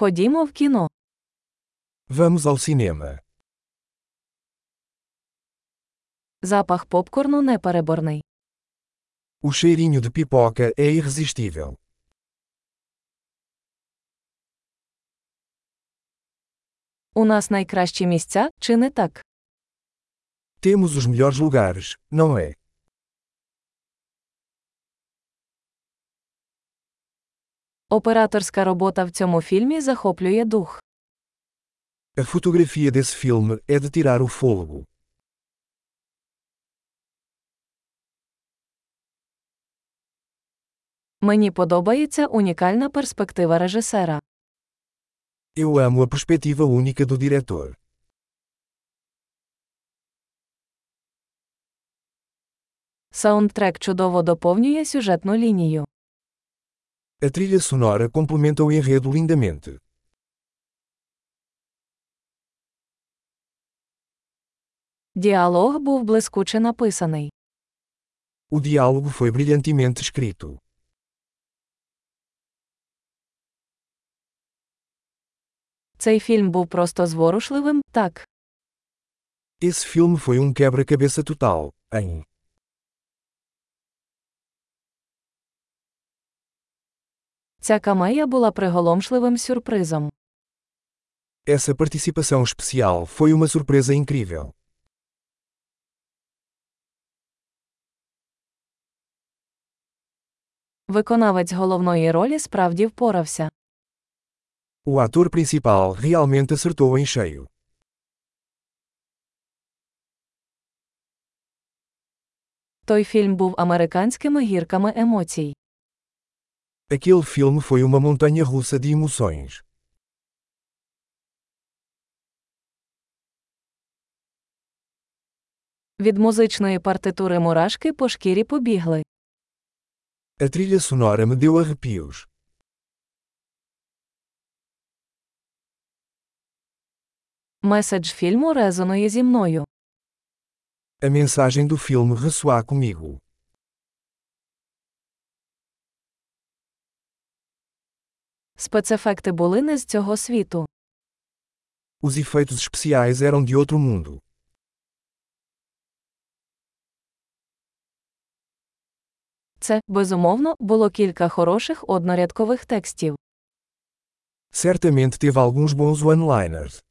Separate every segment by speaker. Speaker 1: Ходімо в кіно.
Speaker 2: Vamos ao cinema.
Speaker 1: Запах попкорну непереборний.
Speaker 2: O cheirinho de pipoca é irresistível.
Speaker 1: У нас найкращі місця, чи не так?
Speaker 2: Temos os melhores lugares, não é?
Speaker 1: Операторська робота в цьому фільмі захоплює дух.
Speaker 2: A fotografia desse filme é de tirar o fôlego.
Speaker 1: Мені подобається унікальна перспектива режисера.
Speaker 2: Eu amo a perspectiva única do diretor.
Speaker 1: Саундтрек чудово доповнює сюжетну лінію.
Speaker 2: A trilha sonora complementa o enredo lindamente.
Speaker 1: Діалог був блискуче написаний.
Speaker 2: O diálogo foi brilhantemente escrito.
Speaker 1: Цей фільм був просто зворушливим, так.
Speaker 2: Esse filme foi um quebra-cabeça total, hein?
Speaker 1: Ця камея була приголомшливим сюрпризом.
Speaker 2: Essa participação especial foi uma surpresa incrível.
Speaker 1: Виконавець головної ролі справді впорався.
Speaker 2: O ator principal realmente acertou em cheio.
Speaker 1: Той фільм був американськими гірками емоцій.
Speaker 2: Aquele filme foi uma montanha russa de emoções.
Speaker 1: Від музичної партитури мурашки по шкірі побігли.
Speaker 2: A trilha sonora me deu arrepios.
Speaker 1: Меседж фільму резонує зі мною.
Speaker 2: A mensagem do filme ressoar comigo.
Speaker 1: Спецефекти були не з цього світу.
Speaker 2: Os efeitos especiais eram de outro mundo.
Speaker 1: Це, безумовно, було кілька хороших однорядкових текстів.
Speaker 2: Certamente teve alguns bons one-liners.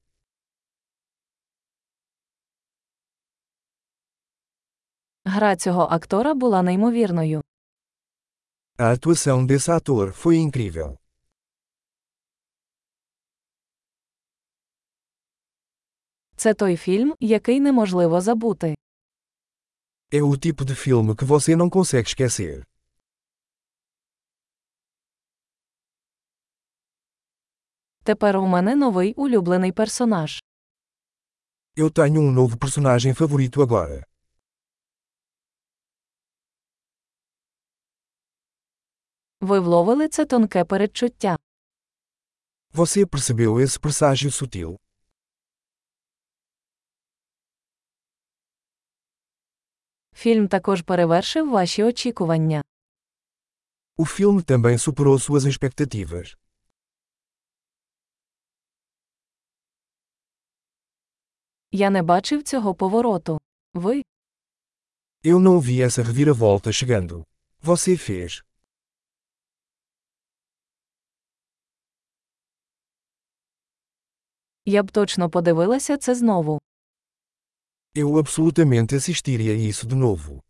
Speaker 1: Гра цього актора була неймовірною.
Speaker 2: A atuação desse ator foi incrível.
Speaker 1: Це той фільм, який неможливо забути.
Speaker 2: É o tipo de filme que você não consegue esquecer.
Speaker 1: Тепер у мене новий улюблений персонаж.
Speaker 2: Eu tenho um novo personagem favorito agora.
Speaker 1: Ви вловили це тонке передчуття.
Speaker 2: Você percebeu esse presságio sutil?
Speaker 1: Фільм також перевершив ваші очікування.
Speaker 2: O filme também superou suas expectativas.
Speaker 1: Я не бачив цього повороту. Ви
Speaker 2: Eu não vi essa reviravolta chegando. Você fez.
Speaker 1: я б точно подивилася це знову.
Speaker 2: Eu absolutamente assistiria isso de novo.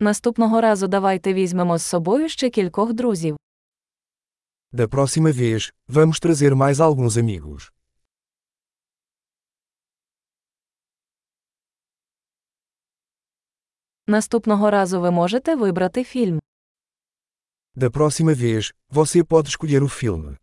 Speaker 1: Наступного разу давайте візьмемо з собою ще кількох друзів.
Speaker 2: Da próxima vez, vamos trazer mais alguns amigos.
Speaker 1: Наступного разу ви можете вибрати фільм.
Speaker 2: Da próxima vez, você pode escolher o filme.